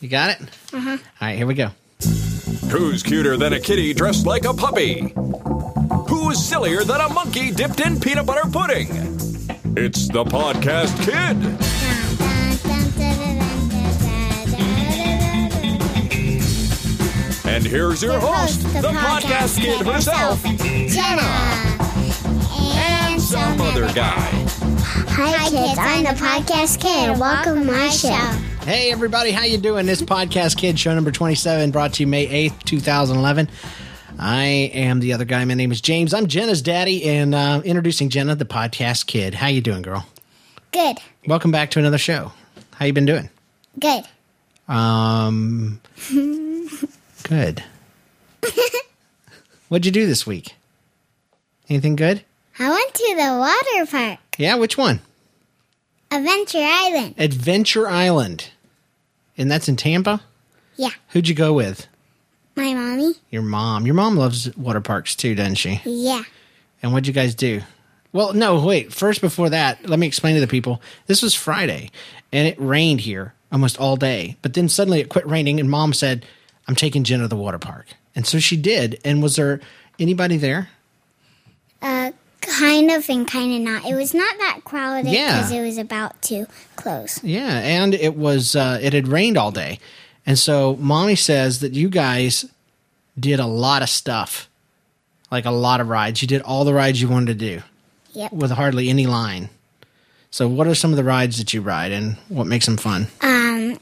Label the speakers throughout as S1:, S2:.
S1: You got it? Mm-hmm. All right, here we go.
S2: Who's cuter than a kitty dressed like a puppy? Who's sillier than a monkey dipped in peanut butter pudding? It's the podcast kid. And here's your host, the, podcast, kid herself,
S3: Jenna,
S2: and some other guy.
S3: Hi, kids. I'm the podcast kid. Welcome to my show.
S1: Hey everybody, how you doing? This podcast kid show number 27 brought to you May 8th, 2011. I am the other guy. My name is James. I'm Jenna's daddy and uh, introducing Jenna, the podcast kid. How you doing, girl?
S3: Good,
S1: Welcome back to another show. How you been doing?
S3: good.
S1: Um good. What'd you do this week? Anything good?
S3: I went to the water park,
S1: Yeah, which one?
S3: Adventure Island.
S1: Adventure Island. And that's in Tampa?
S3: Yeah,
S1: Who'd you go with?
S3: my mommy.
S1: Your mom. Your mom loves water parks too, doesn't she?
S3: Yeah,
S1: And what'd you guys do? Well, no, wait. First, before that, let me explain to the people. This was Friday, and it rained here almost all day. But then suddenly it quit raining, and mom said, I'm taking Jenna to the water park. And so she did. And was there anybody there?
S3: Uh, kind of and kind of not. It was not that crowded
S1: Yeah.
S3: because it was about to close.
S1: Yeah, and it was uh, it had rained all day, and so mommy says that you guys did a lot of stuff, like a lot of rides. You did all the rides you wanted to do
S3: Yep.
S1: with hardly any line. So, what are some of the rides that you ride, and what makes them fun?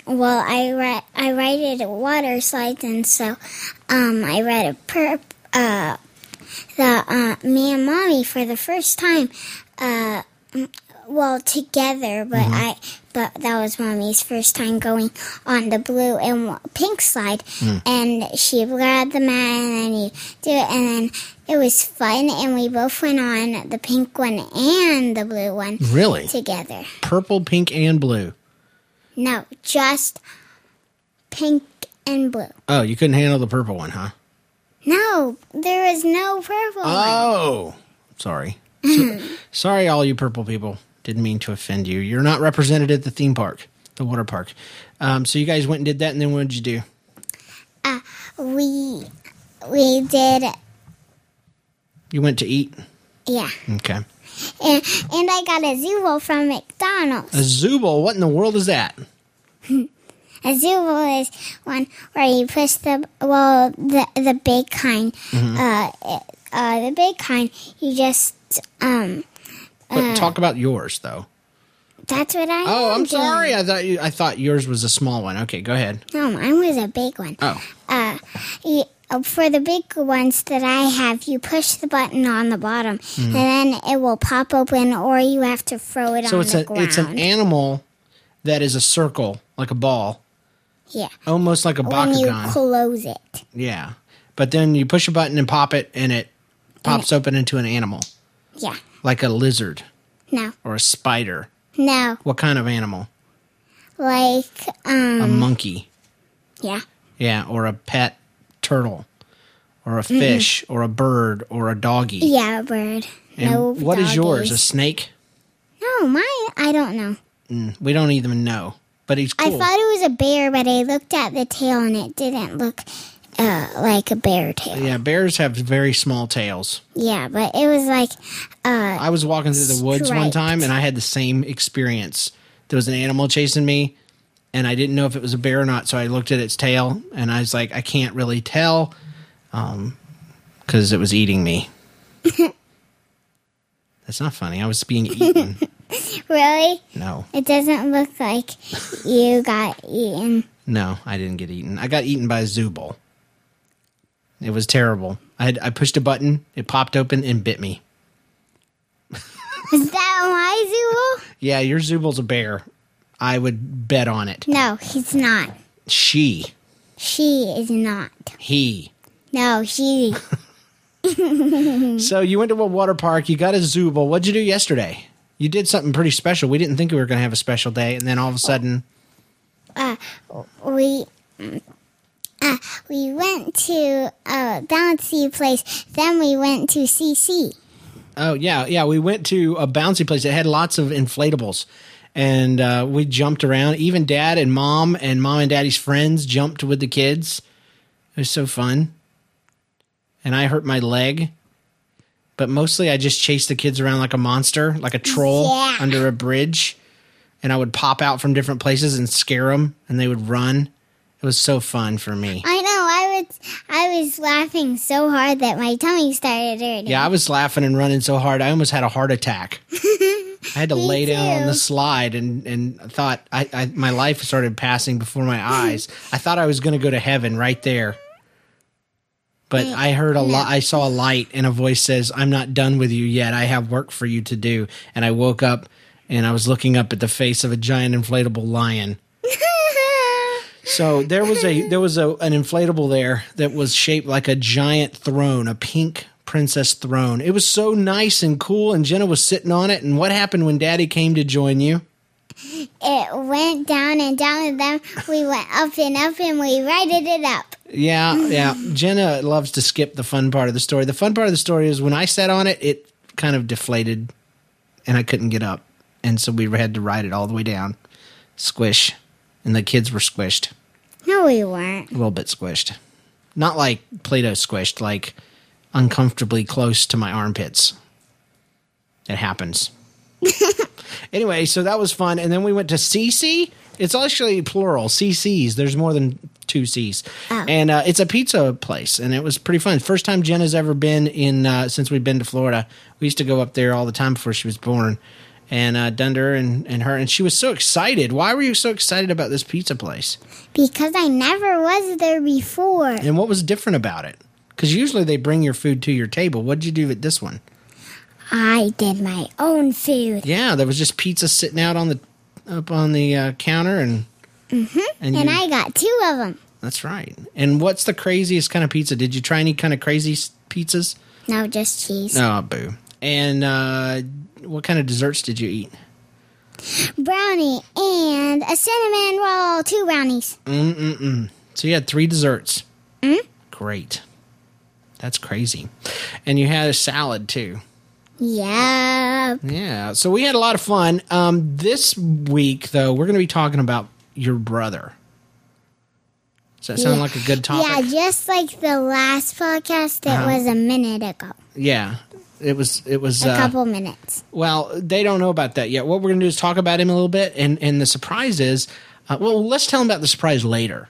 S3: Well, I read I righted water slides, and so um, I read a perp uh, the uh, me and mommy for the first time. Uh, m- well, together, but I but that was mommy's first time going on the blue and wa- pink slide, and she grabbed the mat, and then you do it, and then it was fun, and we both went on the pink one and the blue one
S1: Really,
S3: together.
S1: purple, pink, and blue.
S3: No, just pink and blue.
S1: Oh, you couldn't handle the purple one, huh?
S3: No, there is no purple one.
S1: Oh, sorry. So- sorry, all you purple people. Didn't mean to offend you. You're not represented at the theme park, the water park. Um, so you guys went and did that, and then what did you do?
S3: We we did
S1: You went to eat.
S3: yeah.
S1: Okay.
S3: And, and I got a Zubo from McDonald's.
S1: A Zubal, what in the world is that?
S3: A Zubo is one where you push the well the the big kind
S1: Mm-hmm.
S3: uh uh uh the big kind you just um
S1: But talk about yours though.
S3: that's what I
S1: Oh,
S3: am
S1: I'm
S3: doing.
S1: sorry. I thought you, I thought yours was a small one. Okay, go ahead.
S3: No, mine was a big one.
S1: Oh,
S3: uh, you, uh, for the big ones that I have, you push the button on the bottom, and then it will pop open, or you have to throw it
S1: Hmm. so
S3: on
S1: it's
S3: the
S1: a
S3: ground.
S1: it's an animal that is a circle like a ball,
S3: yeah.
S1: almost like a
S3: When Oh, you
S1: bakugan.
S3: close it,
S1: yeah, but then you push a button and pop it, and it pops open into an animal
S3: yeah.
S1: like a lizard
S3: No,
S1: or a spider.
S3: no,
S1: What kind of animal?
S3: like um,
S1: A monkey.
S3: yeah,
S1: Yeah, or a pet turtle, or a fish, or a bird, or a doggy.
S3: Mm-hmm. yeah, a bird.
S1: And
S3: no,
S1: what is yours? A
S3: doggies.
S1: snake?
S3: No, mine. I don't know.
S1: We don't even know. But he's
S3: I
S1: cool.
S3: thought it was a bear, but I looked at the tail, and it didn't look uh, like a bear tail.
S1: yeah, bears have very small tails.
S3: Yeah, but it was like
S1: I was walking through the woods one
S3: Striped.
S1: time and I had the same experience. There was an animal chasing me and I didn't know if it was a bear or not, so I looked at its tail and I was like, I can't really tell because it was eating me. That's not funny. I was being eaten.
S3: really.
S1: No.
S3: It doesn't look like you got eaten.
S1: No, I didn't get eaten. I got eaten by a Zubal. It was terrible. I had, I pushed a button, it popped open and bit me.
S3: Is that my Zool?
S1: Yeah, your Zubal's a bear. I would bet on it.
S3: No, he's not.
S1: She,
S3: She is not.
S1: he.
S3: No, she.
S1: So you went to a water park. You got a Zubal. What'd you do yesterday? You did something pretty special. We didn't think we were going to have a special day, and then all of a sudden,
S3: We. Uh, we went to a bouncy place. Then we went to CC.
S1: oh yeah, yeah, we went to a bouncy place. It had lots of inflatables, and uh, we jumped around. Even dad and mom and mom and daddy's friends jumped with the kids. It was so fun. And I hurt my leg, but mostly I just chased the kids around like a monster, like a troll
S3: Yeah.
S1: under a bridge. And I would pop out from different places and scare them, and they would run. It was so fun for me.
S3: I know. I was I was laughing so hard that my tummy started hurting.
S1: Yeah, I was laughing and running so hard, I almost had a heart attack. I had to lay down on
S3: too.
S1: the slide and and thought I, I my life started passing before my eyes. I thought I was going to go to heaven right there, but I heard a lot. I saw a light and a voice says, "I'm not done with you yet. I have work for you to do." And I woke up and I was looking up at the face of a giant inflatable lion. So there was a there was a an inflatable there that was shaped like a giant throne, a pink princess throne. It was so nice and cool, and Jenna was sitting on it. And what happened when Daddy came to join you?
S3: it went down and down, and then we went up and up, and we righted it up.
S1: Yeah, yeah. Jenna loves to skip the fun part of the story. The fun part of the story is when I sat on it, it kind of deflated, and I couldn't get up, and so we had to ride it all the way down, squish, and the kids were squished.
S3: No, we weren't.
S1: a little bit squished. Not like Play-Doh squished, like uncomfortably close to my armpits. It happens. anyway, so that was fun, and then we went to CC. It's actually plural CCs. There's more than two C's, and uh, it's a pizza place, and it was pretty fun. First time Jen has ever been in uh, since we've been to Florida. We used to go up there all the time before she was born, and uh, Dunder and and her, and she was so excited. Why were you so excited about this pizza place?
S3: Because I never was there before.
S1: And what was different about it? Because usually they bring your food to your table. What'd you do at this one?
S3: I did my own food.
S1: Yeah, there was just pizza sitting out on the up on the uh, counter, and and,
S3: Mm-hmm. And
S1: you-
S3: I got two of them.
S1: that's right. And what's the craziest kind of pizza? Did you try any kind of crazy s- pizzas?
S3: No, just cheese.
S1: Oh, boo! And uh, what kind of desserts did you eat?
S3: Brownie and a cinnamon roll. Two brownies.
S1: So you had three desserts.
S3: Mm-hmm.
S1: Great, that's crazy. And you had a salad too.
S3: Yeah.
S1: Yeah. So we had a lot of fun. Um, this week, though, we're going to be talking about your brother. Does that sound like Uh-huh. a good
S3: Yeah,
S1: topic?
S3: just like the last podcast, it was a minute ago.
S1: Yeah. It was. It was.
S3: A
S1: uh,
S3: couple minutes.
S1: Well, they don't know about that yet. What we're going to do is talk about him a little bit, and and the surprise is, uh, well, let's tell him about the surprise later.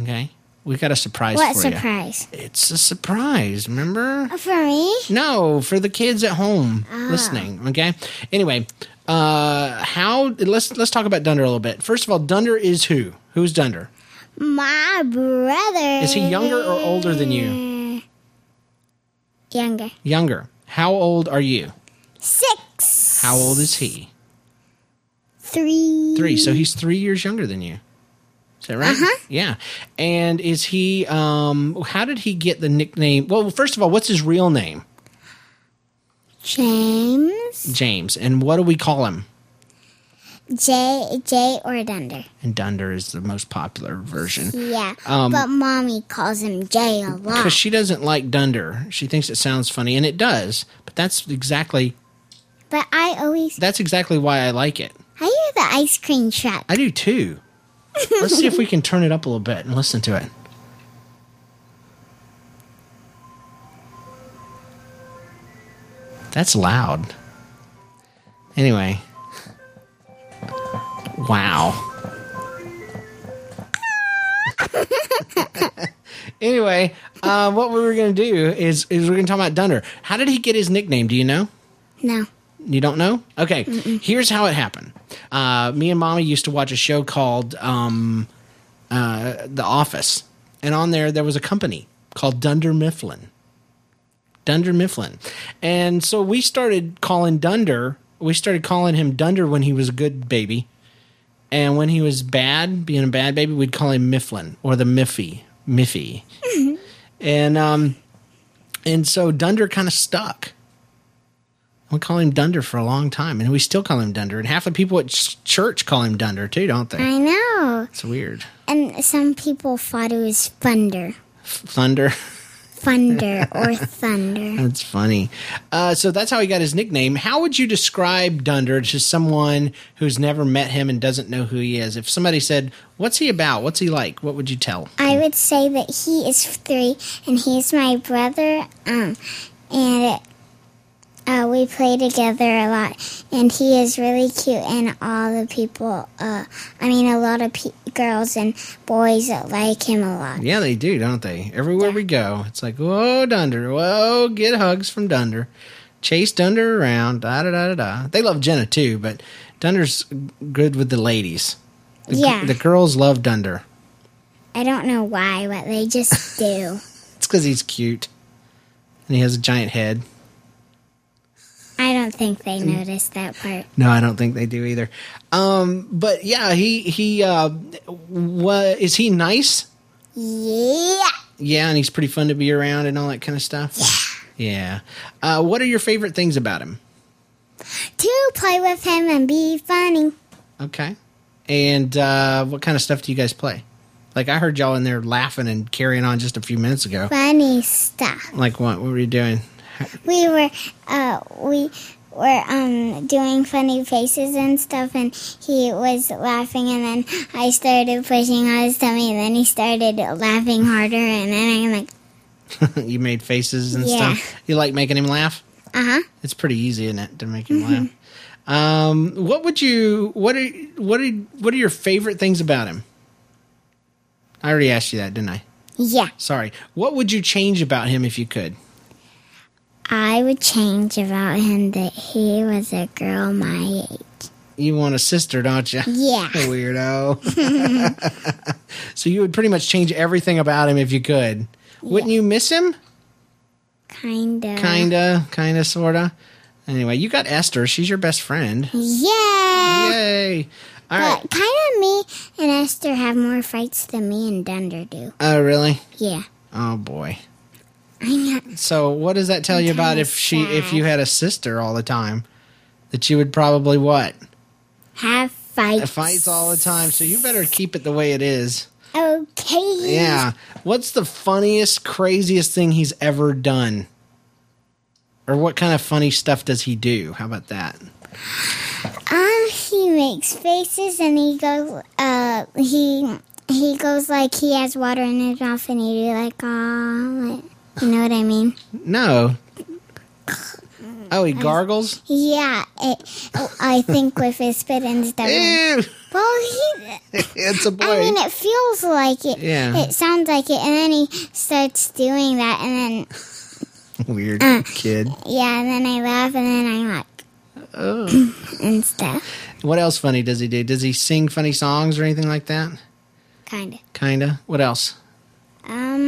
S1: Okay. We got a surprise
S3: What
S1: for
S3: surprise? Uh,
S1: you. It's a surprise. Remember?
S3: For me?
S1: No, for the kids at home listening. Okay. Anyway, uh, how let's let's talk about Dunder a little bit. First of all, Dunder is who? Who's Dunder?
S3: My brother.
S1: Is he younger or older than you?
S3: Younger.
S1: Younger. How old are you?
S3: Six.
S1: How old is he?
S3: Three.
S1: Three. So he's three years younger than you. Is that right? Yeah. And is he? Um, how did he get the nickname? Well, first of all, what's his real name?
S3: James.
S1: James. And what do we call him?
S3: J. J. Or Dunder.
S1: And Dunder is the most popular version.
S3: Yeah.
S1: Um,
S3: but mommy calls him Jay a lot.
S1: because she doesn't like dunder. She thinks it sounds funny, and it does. But that's exactly
S3: but I always
S1: that's exactly why I like it.
S3: I hear the ice cream truck.
S1: I do too. Let's see if we can turn it up a little bit and listen to it. That's loud. Anyway. Wow. anyway, uh, what we were going to do is, is we're going to talk about Dunder. How did he get his nickname? Do you know?
S3: No.
S1: You don't know? Okay. Here's how it happened. Uh, me and mommy used to watch a show called um, uh, The Office, and on there there was a company called Dunder Mifflin. Dunder Mifflin, and so we started calling Dunder. We started calling him Dunder when he was a good baby, and when he was bad, being a bad baby, we'd call him Mifflin or the Miffy, Miffy, and um, and so Dunder kind of stuck. We call him Dunder for a long time, and we still call him Dunder. And half the people at ch- church call him Dunder too, don't they?
S3: I know.
S1: It's weird.
S3: And some people thought it was thunder.
S1: Thunder.
S3: Thunder or Thunder.
S1: That's funny. Uh, so that's how he got his nickname. How would you describe Dunder to someone who's never met him and doesn't know who he is? If somebody said, "What's he about? What's he like?" What would you tell?
S3: I would say that he is three and he's my brother. Um, and uh, we play together a lot, and he is really cute. And all the people, uh, I mean, a lot of pe- girls and boys that like him a lot.
S1: Yeah, they do, don't they? Everywhere we go, it's like, "Whoa, Dunder! Whoa, get hugs from Dunder." Chase Dunder around, da da da da da. They love Jenna too, but Dunder's good with the ladies. The, g-
S3: Yeah.
S1: the girls love Dunder.
S3: I don't know why, but they just do.
S1: It's because he's cute and he has a giant head.
S3: I don't think they noticed that part.
S1: No, I don't think they do either. Um, but yeah, he he uh, what is he nice?
S3: Yeah.
S1: Yeah, and he's pretty fun to be around and all that kind of stuff. Yeah. Yeah. Uh, what are your favorite things about him?
S3: To play with him and be funny.
S1: Okay. And uh, what kind of stuff do you guys play? Like I heard y'all in there laughing and carrying on just a few minutes ago.
S3: Funny stuff.
S1: Like what? What were you doing?
S3: We were, uh, we were, um, doing funny faces and stuff, and he was laughing, and then I started pushing on his tummy, and then he started laughing harder, and then I'm like,
S1: you made faces and
S3: Yeah.
S1: stuff. You like making him laugh?
S3: uh huh.
S1: It's pretty easy, isn't it, to make him
S3: Mm-hmm.
S1: laugh? Um, what would you what are what are what are your favorite things about him? I already asked you that, didn't I?
S3: Yeah.
S1: Sorry. What would you change about him if you could?
S3: I would change about him that he was a girl my age.
S1: You want a sister, don't you?
S3: Yeah.
S1: Weirdo. so you would pretty much change everything about him if you could. Wouldn't you miss him?
S3: Kinda.
S1: Kinda, kinda, sorta. Anyway, you got Esther. She's your best friend.
S3: Yeah.
S1: Yay! All right.
S3: But kind of me and Esther have more fights than me and Dunder do.
S1: Oh, really?
S3: Yeah.
S1: Oh boy.
S3: I know.
S1: So what does that tell you about
S3: kinda
S1: if she if
S3: sad.
S1: you had a sister all the time? That you would probably what?
S3: Have fights.
S1: Fights all the time. So you better keep it the way it is.
S3: Okay.
S1: Yeah. What's the funniest, craziest thing he's ever done? Or what kind of funny stuff does he do? How about that?
S3: Um, he makes faces and he goes, uh, he, he goes like he has water in his mouth and he do like, ah, you know what I mean?
S1: No. Oh, he gargles?
S3: Yeah. It, oh, I think with his spit and stuff.
S1: Ew.
S3: Well, he,
S1: Eh, It's a boy.
S3: I mean, it feels like it.
S1: Yeah.
S3: It sounds like it, and then he starts doing that, and then
S1: Weird kid.
S3: yeah, and then I laugh, and then I'm like, and stuff,
S1: What else funny does he do? Does he sing funny songs or anything like that?
S3: kind of.
S1: Kinda. What else?
S3: Um.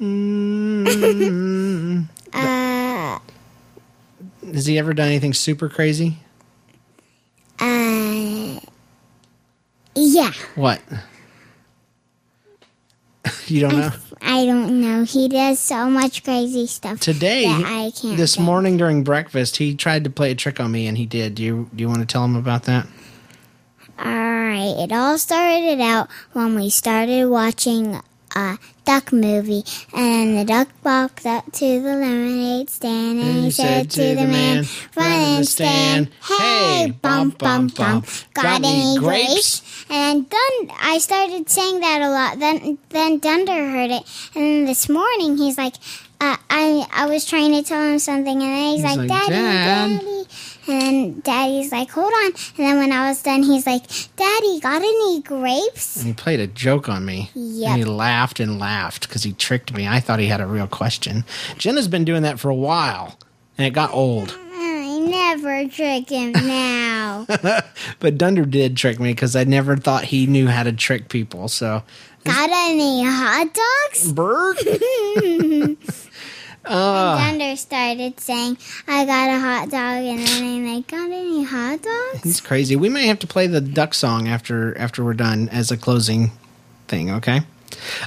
S1: Mm.
S3: uh.
S1: Has he ever done anything super crazy?
S3: Uh. Yeah,
S1: What? you don't know?
S3: I don't know. He does so much crazy stuff.
S1: Today,
S3: that I can't.
S1: this
S3: think.
S1: morning during breakfast, he tried to play a trick on me, and he did. Do you do you want to tell him about that?
S3: All right, it all started out when we started watching a duck movie, and the duck walked up to the lemonade stand, and, he said to the man, "Run and stand, hey, bump, bump, bump, got any grapes?" And then I started saying that a lot. Then then Dunder heard it, and then this morning he's like, uh, "I I was trying to tell him something," and then he's, like, "Daddy,
S1: "Dad."
S3: Daddy." And then Daddy's like, "Hold on." And then when I was done, he's like, "Daddy, got any grapes?"
S1: And he played a joke on me.
S3: Yep.
S1: And he laughed and laughed because he tricked me. I thought he had a real question. Jenna's been doing that for a while, and it got old.
S3: "Mm, I never trick him now.
S1: But Dunder did trick me because I never thought he knew how to trick people. So
S3: got any hot dogs?
S1: Bird.
S3: And Dunder started saying, "I got a hot dog," and then I'm like, "Got any hot dogs?"
S1: He's crazy. We may have to play the duck song after after we're done as a closing thing, okay?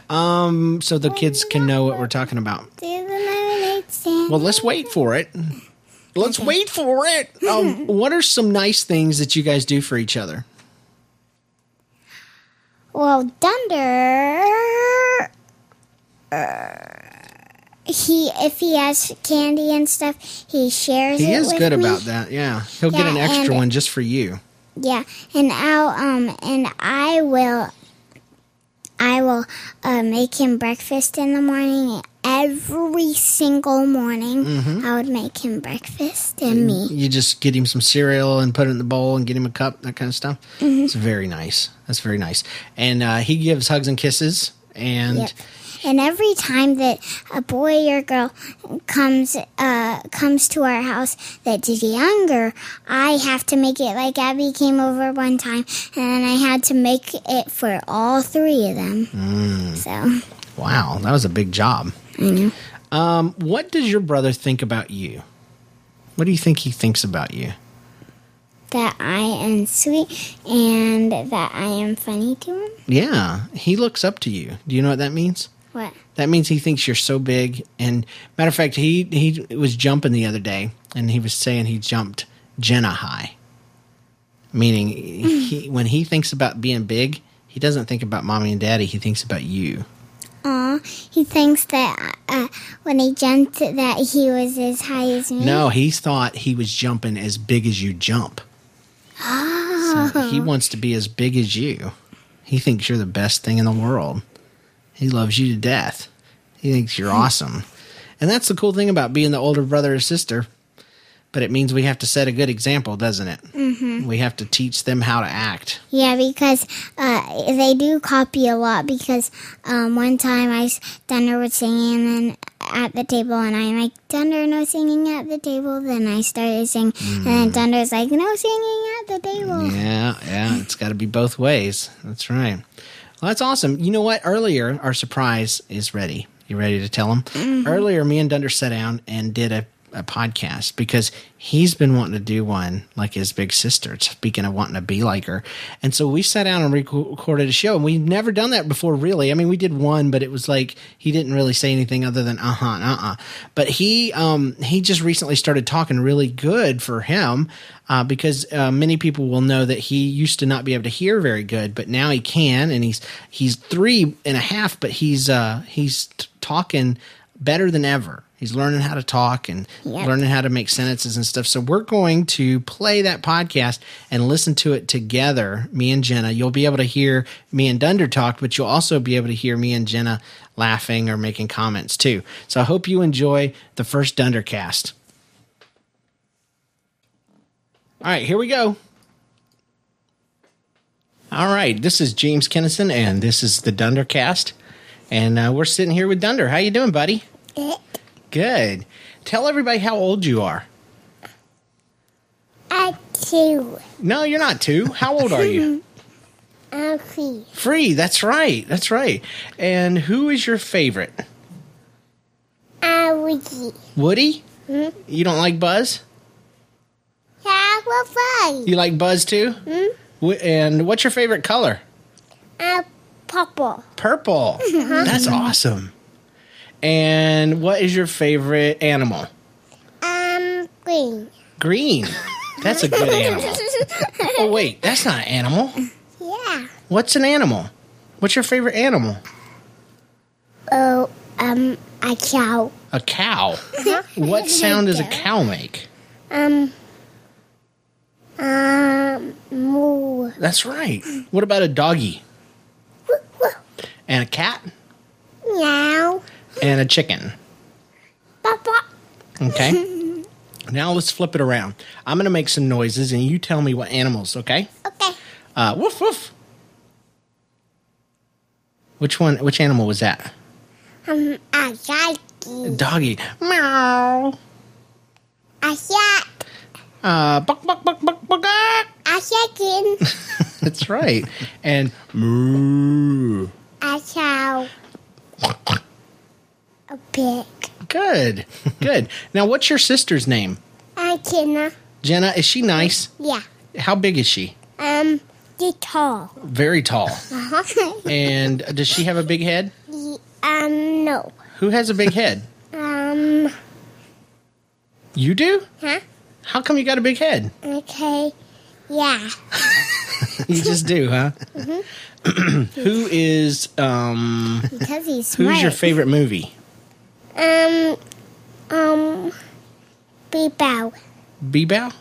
S1: Um so the kids can know what we're talking about.
S3: To the lemonade stand.
S1: Well, let's wait for it. Let's wait for it. Um, what are some nice things that you guys do for each other?
S3: Well, Dunder, he if he has candy and stuff, he shares.
S1: He
S3: it
S1: is
S3: with
S1: good
S3: me.
S1: about that. Yeah, he'll get
S3: Yeah,
S1: an extra
S3: and-
S1: one just for you.
S3: Yeah, and I'll um and I will I will uh, make him breakfast in the morning every single morning.
S1: Mm-hmm.
S3: I would make him breakfast and me.
S1: You just get him some cereal and put it in the bowl and get him a cup, that kind of stuff. It's very nice. That's very nice. And uh, he gives hugs and kisses. And
S3: Yep. And every time that a boy or girl comes uh, comes to our house that's younger, I have to make it like Abby came over one time, and I had to make it for all three of them. So.
S1: wow, that was a big job. Um, what does your brother think about you? What do you think he thinks about you?
S3: that I am sweet and that I am funny to him?
S1: Yeah, he looks up to you. Do you know what that means?
S3: What?
S1: That means he thinks you're so big. And matter of fact, he he was jumping the other day, and he was saying he jumped Jenna high, meaning he when he thinks about being big, he doesn't think about mommy and daddy. He thinks about you.
S3: Aw, he thinks that uh, when he jumped that he was as high as me.
S1: No, he thought he was jumping as big as you jump. So he wants to be as big as you. He thinks you're the best thing in the world. He loves you to death. He thinks you're awesome. And that's the cool thing about being the older brother or sister. But it means we have to set a good example, doesn't it? Mm-hmm. We have to teach them how to act.
S3: Yeah, because uh, they do copy a lot. Because um, one time I s- Dunder was singing and at the table, and I'm like, Dunder, no singing at the table. Then I started singing, and
S1: Hmm.
S3: then Dunder's like, no singing at the table.
S1: Yeah, yeah, it's got to be both ways. That's right. Well, that's awesome. You know what? Earlier, our surprise is ready. You ready to tell him? Earlier, me and Dunder sat down and did a, a podcast because he's been wanting to do one like his big sister, speaking of wanting to be like her. And so we sat down and rec- recorded a show, and we've never done that before, really. I mean, we did one, but it was like he didn't really say anything other than uh huh, uh uh. But he, um, he just recently started talking really good for him uh, because uh, many people will know that he used to not be able to hear very good, but now he can, and he's he's three and a half, but he's uh, he's t- talking better than ever. He's learning how to talk and
S3: Yep.
S1: learning how to make sentences and stuff. So we're going to play that podcast and listen to it together, me and Jenna. You'll be able to hear me and Dunder talk, but you'll also be able to hear me and Jenna laughing or making comments too. So I hope you enjoy the first Dundercast. All right, here we go. All right, this is James Kennison, and this is the Dundercast, and uh, we're sitting here with Dunder. How you doing, buddy? Good. Tell everybody how old you are.
S3: I two,
S1: No, you're not two. How old are you?
S3: I'm free.
S1: Free. That's right. That's right. And who is your favorite?
S3: I would.
S1: Woody. You don't like Buzz.
S3: I will fight.
S1: You like Buzz too. Wh- And what's your favorite color?
S3: a purple
S1: Purple. That's awesome. And what is your favorite animal?
S3: um green
S1: Green. That's a good animal. Oh wait, that's not an animal.
S3: yeah
S1: What's an animal? What's your favorite animal?
S3: oh um a cow
S1: A cow. What sound does a cow make?
S3: um um moo
S1: That's right. What about a doggy
S3: Woo, woo.
S1: and a cat
S3: meow
S1: and a chicken?
S3: papa
S1: Okay. now let's flip it around. I'm going to make some noises and you tell me what animals, okay?
S3: okay
S1: Uh, woof woof. Which one? Which animal was that?
S3: um a yaki
S1: Doggy. Meow.
S3: a yak
S1: Uh, buck buck buck buck buck. ah.
S3: a chicken
S1: That's right. And moo.
S3: a cow a pig
S1: Good. Good. Now, what's your sister's name?
S3: a kidna
S1: Jenna. Is she nice?
S3: uh, yeah
S1: How big is she?
S3: um the tall
S1: Very tall.
S3: uh-huh.
S1: And does she have a big head?
S3: um no
S1: Who has a big head?
S3: um
S1: You do?
S3: huh
S1: How come you got a big head?
S3: Okay. Yeah.
S1: you just do, huh? Who is um
S3: because he's smart.
S1: who's your favorite movie?
S3: Um, um, Bebo.
S1: Bebow?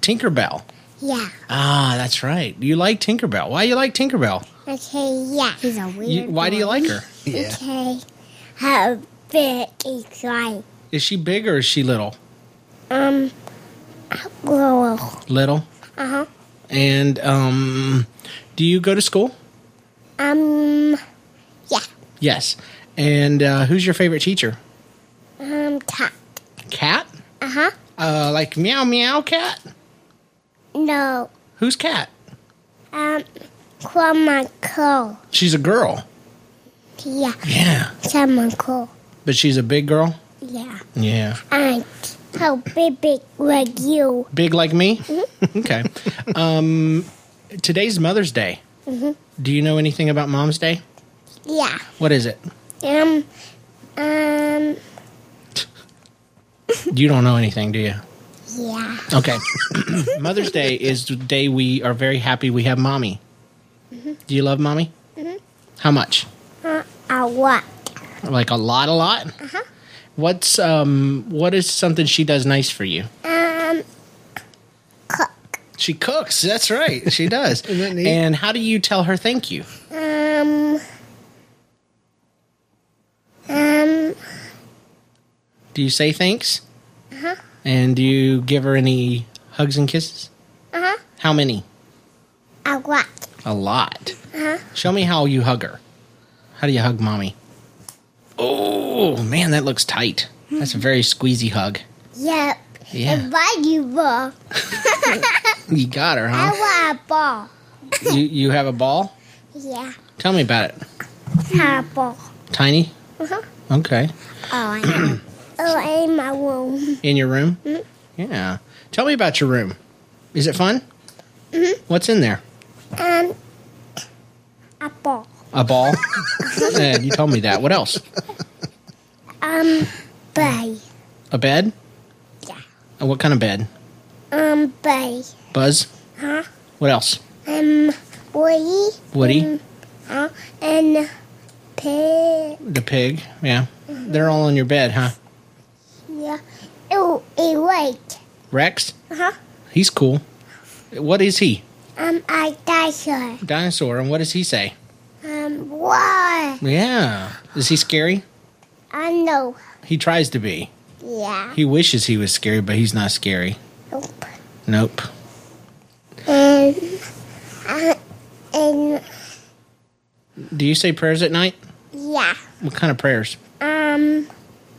S1: Tinkerbell.
S3: Yeah.
S1: Ah, that's right. You like Tinkerbell. Why you like Tinkerbell?
S3: Okay. Yeah. He's a weird.
S1: You, why do you like her?
S4: Yeah.
S3: Okay. How big is like?
S1: Is she big or is she little?
S3: Um. Whoa. whoa.
S1: Little.
S3: Uh huh.
S1: And um do you go to school?
S3: Um. Yeah.
S1: Yes. And uh, who's your favorite teacher?
S3: Um. Cat.
S1: Cat?
S3: Uh huh.
S1: Uh like meow meow cat?
S3: No.
S1: Who's cat?
S3: Um. Grandma Cole.
S1: She's a girl.
S3: Yeah.
S1: Yeah.
S3: Grandma Cole.
S1: But she's a big girl?
S3: Yeah.
S1: Yeah.
S3: And how big big like you?
S1: Big like me? okay. Um, today's Mother's Day. Do you know anything about Mom's Day?
S3: Yeah.
S1: What is it?
S3: Um. Um.
S1: You don't know anything, do you?
S3: Yeah.
S1: Okay. Mother's Day is the day we are very happy we have mommy. Do you love mommy? How much?
S3: Uh, a what?
S1: Like a lot, a lot?
S4: Uh-huh.
S1: What's um what is something she does nice for you?
S3: Um. Cook.
S1: She cooks, that's right. She does.
S4: Isn't that neat?
S1: and how do you tell her thank you?
S3: Um. Um.
S1: Do you say thanks?
S4: Uh-huh.
S1: And do you give her any hugs and kisses?
S3: Uh huh.
S1: How many?
S3: A what?
S1: A lot.
S4: Uh-huh.
S1: Show me how you hug her. How do you hug mommy? Oh, man, that looks tight. That's a very squeezy hug.
S3: Yep.
S1: Yeah.
S3: And why you ball?
S1: You got her, huh?
S3: I want a ball.
S1: You, you have a ball?
S3: Yeah.
S1: Tell me about it.
S3: A ball.
S1: Tiny?
S3: Uh-huh.
S1: Okay.
S3: Oh, I know. oh, I in my room.
S1: In your room? Yeah. Tell me about your room. Is it fun? What's in there?
S3: Um. A ball.
S1: A ball? yeah, you told me that. What else?
S3: Um. Bay.
S1: A bed?
S3: Yeah.
S1: Uh, What kind of bed?
S3: Um. Bay.
S1: Buzz?
S3: Huh?
S1: What else?
S3: Um. Woody.
S1: Woody?
S3: Um, huh? And pig.
S1: The pig? Yeah. They're all in your bed, huh?
S3: Yeah. Oh, a wait.
S1: Rex?
S3: Huh?
S1: He's cool. What is he?
S3: Um, I dinosaur.
S1: Dinosaur. And what does he say?
S3: Um, what?
S1: Yeah. Is he scary?
S3: I know.
S1: He tries to be.
S3: Yeah. Um,
S1: He wishes he was scary, but he's not scary.
S3: Nope.
S1: Nope.
S3: And uh, and
S1: Do you say prayers at night?
S3: yeah.
S1: What kind of prayers?
S3: Um,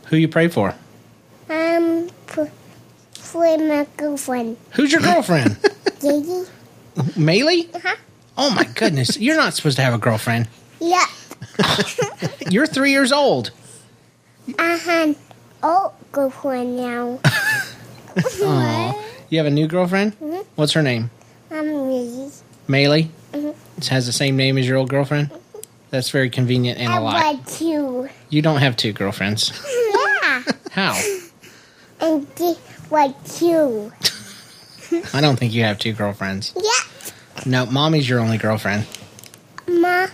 S1: Who you pray for?
S3: um, for, for my girlfriend,
S1: Who's your girlfriend?
S3: Gigi.
S1: Maylee?
S3: Huh?
S1: Oh my goodness. You're not supposed to have a girlfriend.
S3: Yep.
S1: You're three years old.
S3: I have old girlfriend now. what?
S1: You have a new girlfriend? What's her name?
S3: Um, Gigi.
S1: Maylee? It has the same name as your old girlfriend? That's very convenient and
S3: I
S1: a lot.
S3: want you.
S1: You don't have two girlfriends.
S3: Yeah.
S1: How?
S3: and G want you.
S1: I don't think you have two girlfriends.
S3: Yep.
S1: No, mommy's your only girlfriend.
S3: Ma,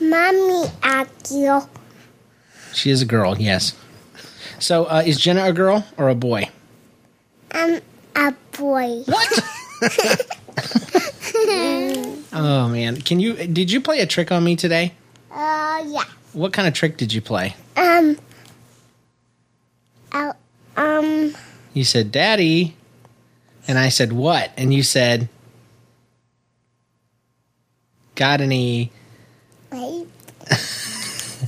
S3: mommy asked you.
S1: She is a girl, yes. So, uh, is Jenna a girl or a boy?
S3: I'm a boy.
S1: What? oh man, can you did you play a trick on me today?
S3: Oh yeah.
S1: What kind of trick did you play?
S3: Um. Oh, um.
S1: You said daddy and I said what? And you said got any
S3: Wait.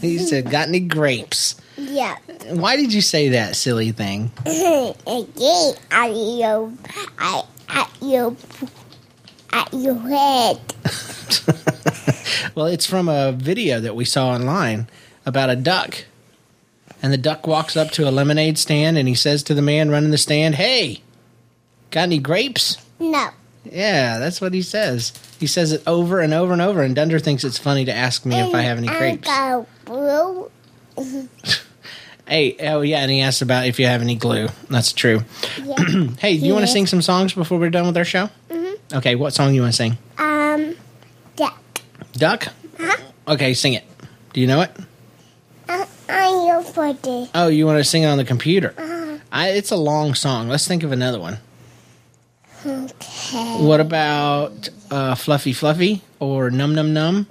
S1: you said got any grapes.
S3: Yeah.
S1: Why did you say that silly thing?
S3: Again, at you, I at you, at your head.
S1: Well, it's from a video that we saw online about a duck. And the duck walks up to a lemonade stand and he says to the man running the stand, "Hey, got any grapes?"
S3: No.
S1: Yeah, that's what he says. He says it over and over and over, and Dunder thinks it's funny to ask me if I have any grapes.
S3: I go blue.
S1: Hey, oh yeah, and he asked about if you have any glue. That's true.
S3: Yeah.
S1: Hey, do you want to
S3: Yeah.
S1: sing some songs before we're done with our show? Mm-hmm. Okay, what song you want to sing?
S3: um.
S1: Duck? Okay, sing it. Do you know it?
S3: Uh, on your body.
S1: Oh, you want to sing it on the computer? I, it's a long song. Let's think of another one.
S3: Okay.
S1: What about uh, Fluffy Fluffy or Num Num Num?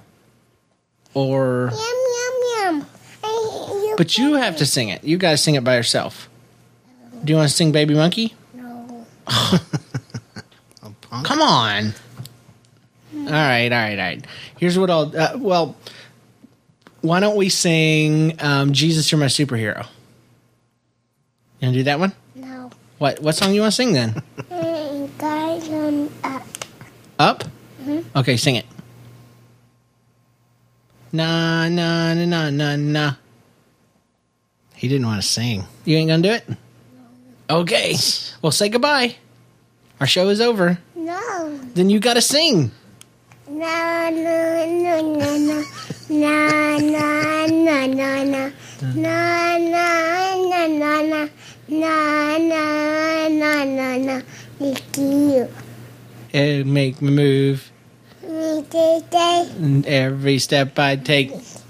S1: Or.
S3: Yum, yum, yum. I, you
S1: But you have to sing it. You got to sing it by yourself. Do you want to sing Baby Monkey?
S3: No.
S1: Come on. All right, all right, all right. Here's what I'll. Uh, well, why don't we sing um, "Jesus, You're My Superhero"? You want to do that one?
S3: No.
S1: What What song you want to sing then?
S3: Mm, guys, um, uh,
S1: Up. Okay, sing it. Na na na na na na. He didn't want to sing. You ain't gonna do it. Okay. Well, say goodbye. Our show is over.
S3: no.
S1: Then you gotta sing.
S3: No, no, no, no, no. No, no, no, no, no. No, no, no, no, no. No, no, no, no, no. It's you.
S1: It make me move.
S3: Me today,
S1: And every step I take,
S3: it's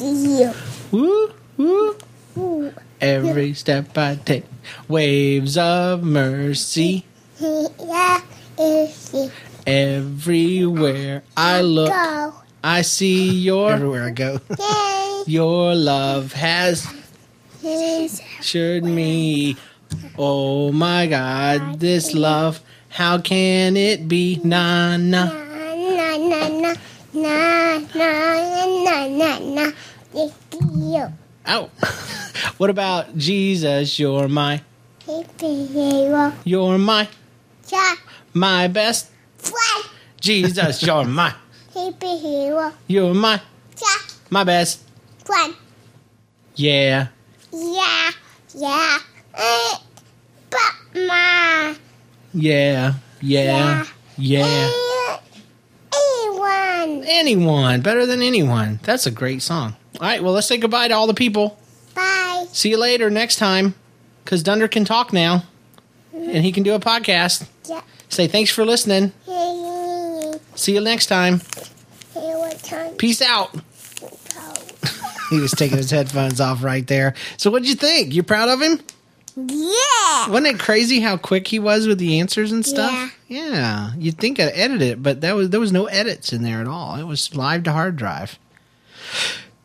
S3: you.
S1: woo, woo.
S3: Ooh.
S1: Every step I take, waves of mercy.
S3: Yeah, it's you.
S1: Everywhere
S3: Oh,
S1: I look,
S3: Go.
S1: I see your
S5: Everywhere I go.
S3: Yay.
S1: your love has
S3: It's
S1: assured me. Oh my God, this love, how can it be? Na na.
S3: Na na na na na na na na. It's you.
S1: Ow. What about Jesus? You're my,
S3: It's you.
S1: you're my,
S3: Cha.
S1: my best.
S3: Fly.
S1: Jesus, you're my,
S3: Hippie hero.
S1: you're my,
S3: Cha.
S1: my best.
S3: Fly.
S1: Yeah.
S3: Yeah. Yeah. Eh. But my.
S1: Yeah, yeah, yeah.
S3: Eh. Anyone.
S1: Anyone better than anyone. That's a great song. All right, well, let's say goodbye to all the people.
S3: Bye.
S1: See you later next time because Dunder can talk now and he can do a podcast.
S3: Yeah.
S1: Say thanks for listening.
S3: Hey.
S1: See you next time.
S3: Hey, what time?
S1: Peace out.
S5: He was taking his headphones off right there.
S1: So, what'd you think? You proud of him?
S3: Yeah.
S1: Wasn't it crazy how quick he was with the answers and stuff? Yeah. You'd think I'd edit it, but that was there was no edits in there at all. It was live to hard drive.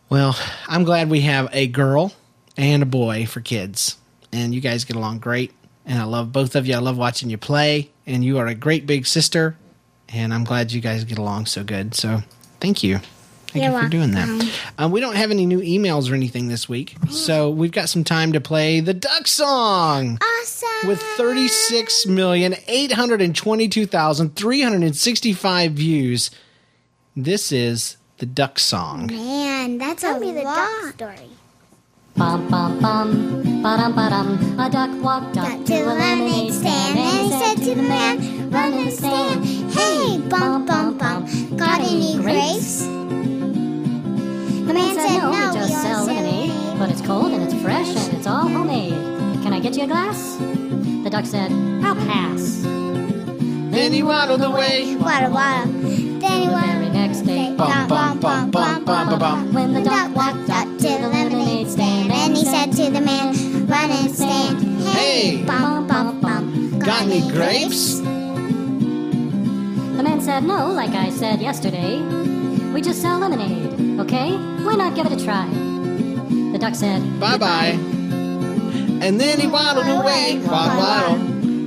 S1: Well, I'm glad we have a girl and a boy for kids. And you guys get along great. And I love both of you. I love watching you play. And you are a great big sister. And I'm glad you guys get along so good. So thank you. Thank you
S6: You're
S1: for doing that. Um, we don't have any new emails or anything this week. So we've got some time to play the duck song
S3: Awesome.
S1: with 36,822,365 views. This is the Duck Song.
S3: Man, that's a
S6: Tell me the
S3: lot.
S6: duck story.
S7: Bum bum bum, ba-dum ba-dum. A duck walked up
S3: Got
S7: to a lemonade stand and said to the man, "Run and stand."
S3: Hey, bum bum bum, got any grapes?
S7: The man said, "No, we just sell lemonade, but it's cold and it's fresh and it's all homemade. Can I get you a glass?" The duck said, "I'll pass."
S1: Then he waddled away.
S3: Wada wada. Then he
S7: The
S3: went
S7: very next day, bum
S1: Bum, bum, bum, bum, bum, bum, bum.
S7: when the
S3: The
S7: duck
S3: duck
S7: walked up to the lemonade stand
S3: and he said to the man, Run and stand.
S1: Hey,
S3: Hey, bum bum bum,
S1: Got any grapes?
S7: The man said, No, like I said yesterday. We just sell lemonade, okay? Why not give it a try? The duck said,
S1: Bye bye. And then he waddled away. Waddle, waddle.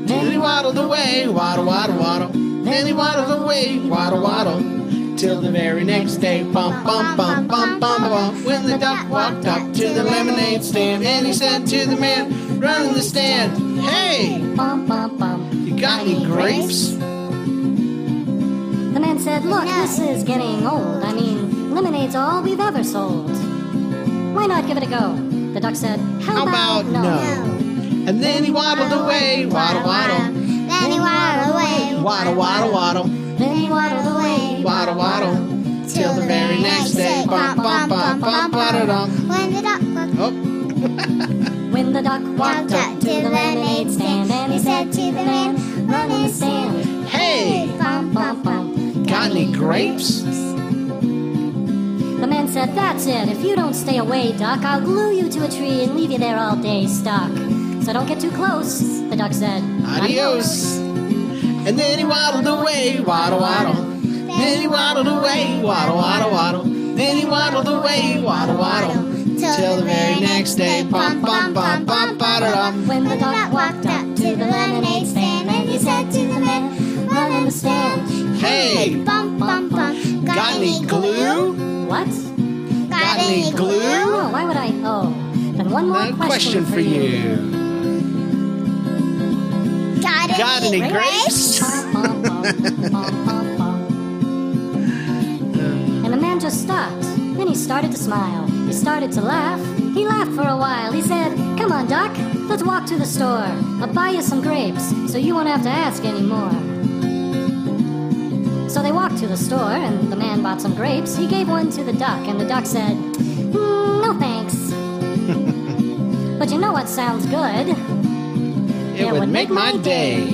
S1: Then he waddled away. Waddle, waddle, waddle. Then he waddled away. Waddle, waddle. Till the very next day. Bum, bum, bum, bum, bum, bum. When the duck walked up to the lemonade stand and he said to the man running the stand, Hey,
S7: Bum, bum, bum.
S1: you got any grapes?
S7: The man said, Look, this is getting old. I mean, lemonade's all we've ever sold. Why not give it a go? The duck said, How,
S1: How about no? And then he waddled away. Waddle, waddle.
S3: Then he waddled away.
S1: Waddle, waddle, waddle.
S7: Then he waddled away.
S1: Waddle, waddle. Till the very next day. Bum, bum, bum, bum, bum, bum.
S3: When the duck walked
S1: Oh,
S7: When the duck walked
S3: walked
S7: up to the lemonade stand, and he said to the man, Run and stand.
S1: hey,
S3: bum
S7: Bum, bum, bum.
S1: got any grapes?
S7: that that's it. If you don't stay away, Doc, I'll glue you to a tree and leave you there all day, stuck. So don't get too close, the duck said.
S1: Adios. And then he waddled away, waddle waddle. Then he waddled away, waddle waddle waddle. Then he waddled away, waddle waddle. Till the very next day, pom pom pom pom pom.
S7: When the duck walked up to the lemonade stand, and he said to the man running the stand,
S1: Hey,
S3: Bump, bump, bump. Got,
S1: got any glue?
S7: What?
S1: Got any glue?
S7: Oh, why would I? Oh, then one more
S1: One question for you.
S3: Got any,
S1: Got any grapes?
S7: and the man just stopped. Then he started to smile. He started to laugh. He laughed for a while. He said, Come on, Doc, let's walk to the store. I'll buy you some grapes so you won't have to ask anymore. So they walked to the store, and the man bought some grapes. He gave one to the duck, and the duck said, "Mm, No thanks. but you know what sounds good?
S1: It would make my day.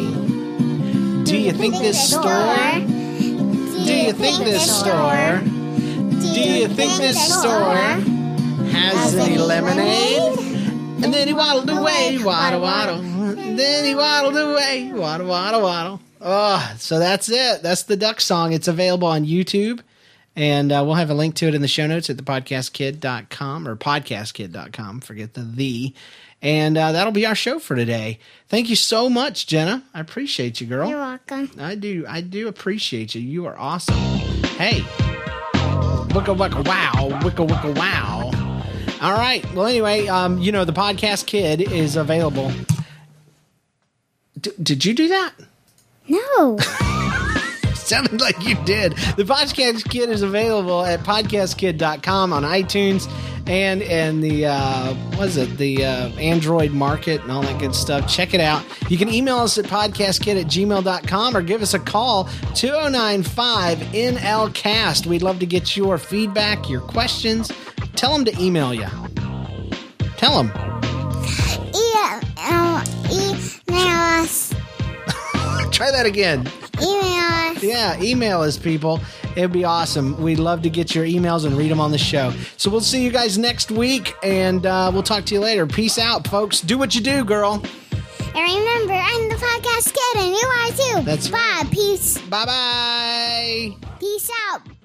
S1: Do you think this store? Do you think this store? Do you think this store has any lemonade? And then he waddled away, waddle waddle. Then he waddled away, waddle waddle waddle. Oh, so that's it. That's the duck song. It's available on YouTube. And uh, we'll have a link to it in the show notes at thepodcastkid.com or podcastkid.com. Forget the the. And uh, that'll be our show for today. Thank you so much, Jenna. I appreciate you, girl.
S3: You're welcome.
S1: I do. I do appreciate you. You are awesome. Hey. Wicka wicka wow. Wicka wicka wow. All right. Well, anyway, um, you know, the podcast kid is available. D- did you do that?
S3: No.
S1: sounded like you did. The Podcast Kid is available at podcastkid.com on iTunes and and the uh what is it the uh, android market and all that good stuff check it out you can email us at podcastkid at gmail.com or give us a call 2095 nlcast we'd love to get your feedback your questions tell them to email you tell them
S3: E-L- email us.
S1: try that again
S3: Email us.
S1: Yeah, email us, people. It'd be awesome. We'd love to get your emails and read them on the show. So we'll see you guys next week, and uh, we'll talk to you later. Peace out, folks. Do what you do, girl.
S3: And remember, I'm the podcast kid, and you are too.
S1: That's
S3: Bye. Peace.
S1: Bye bye.
S3: Peace out.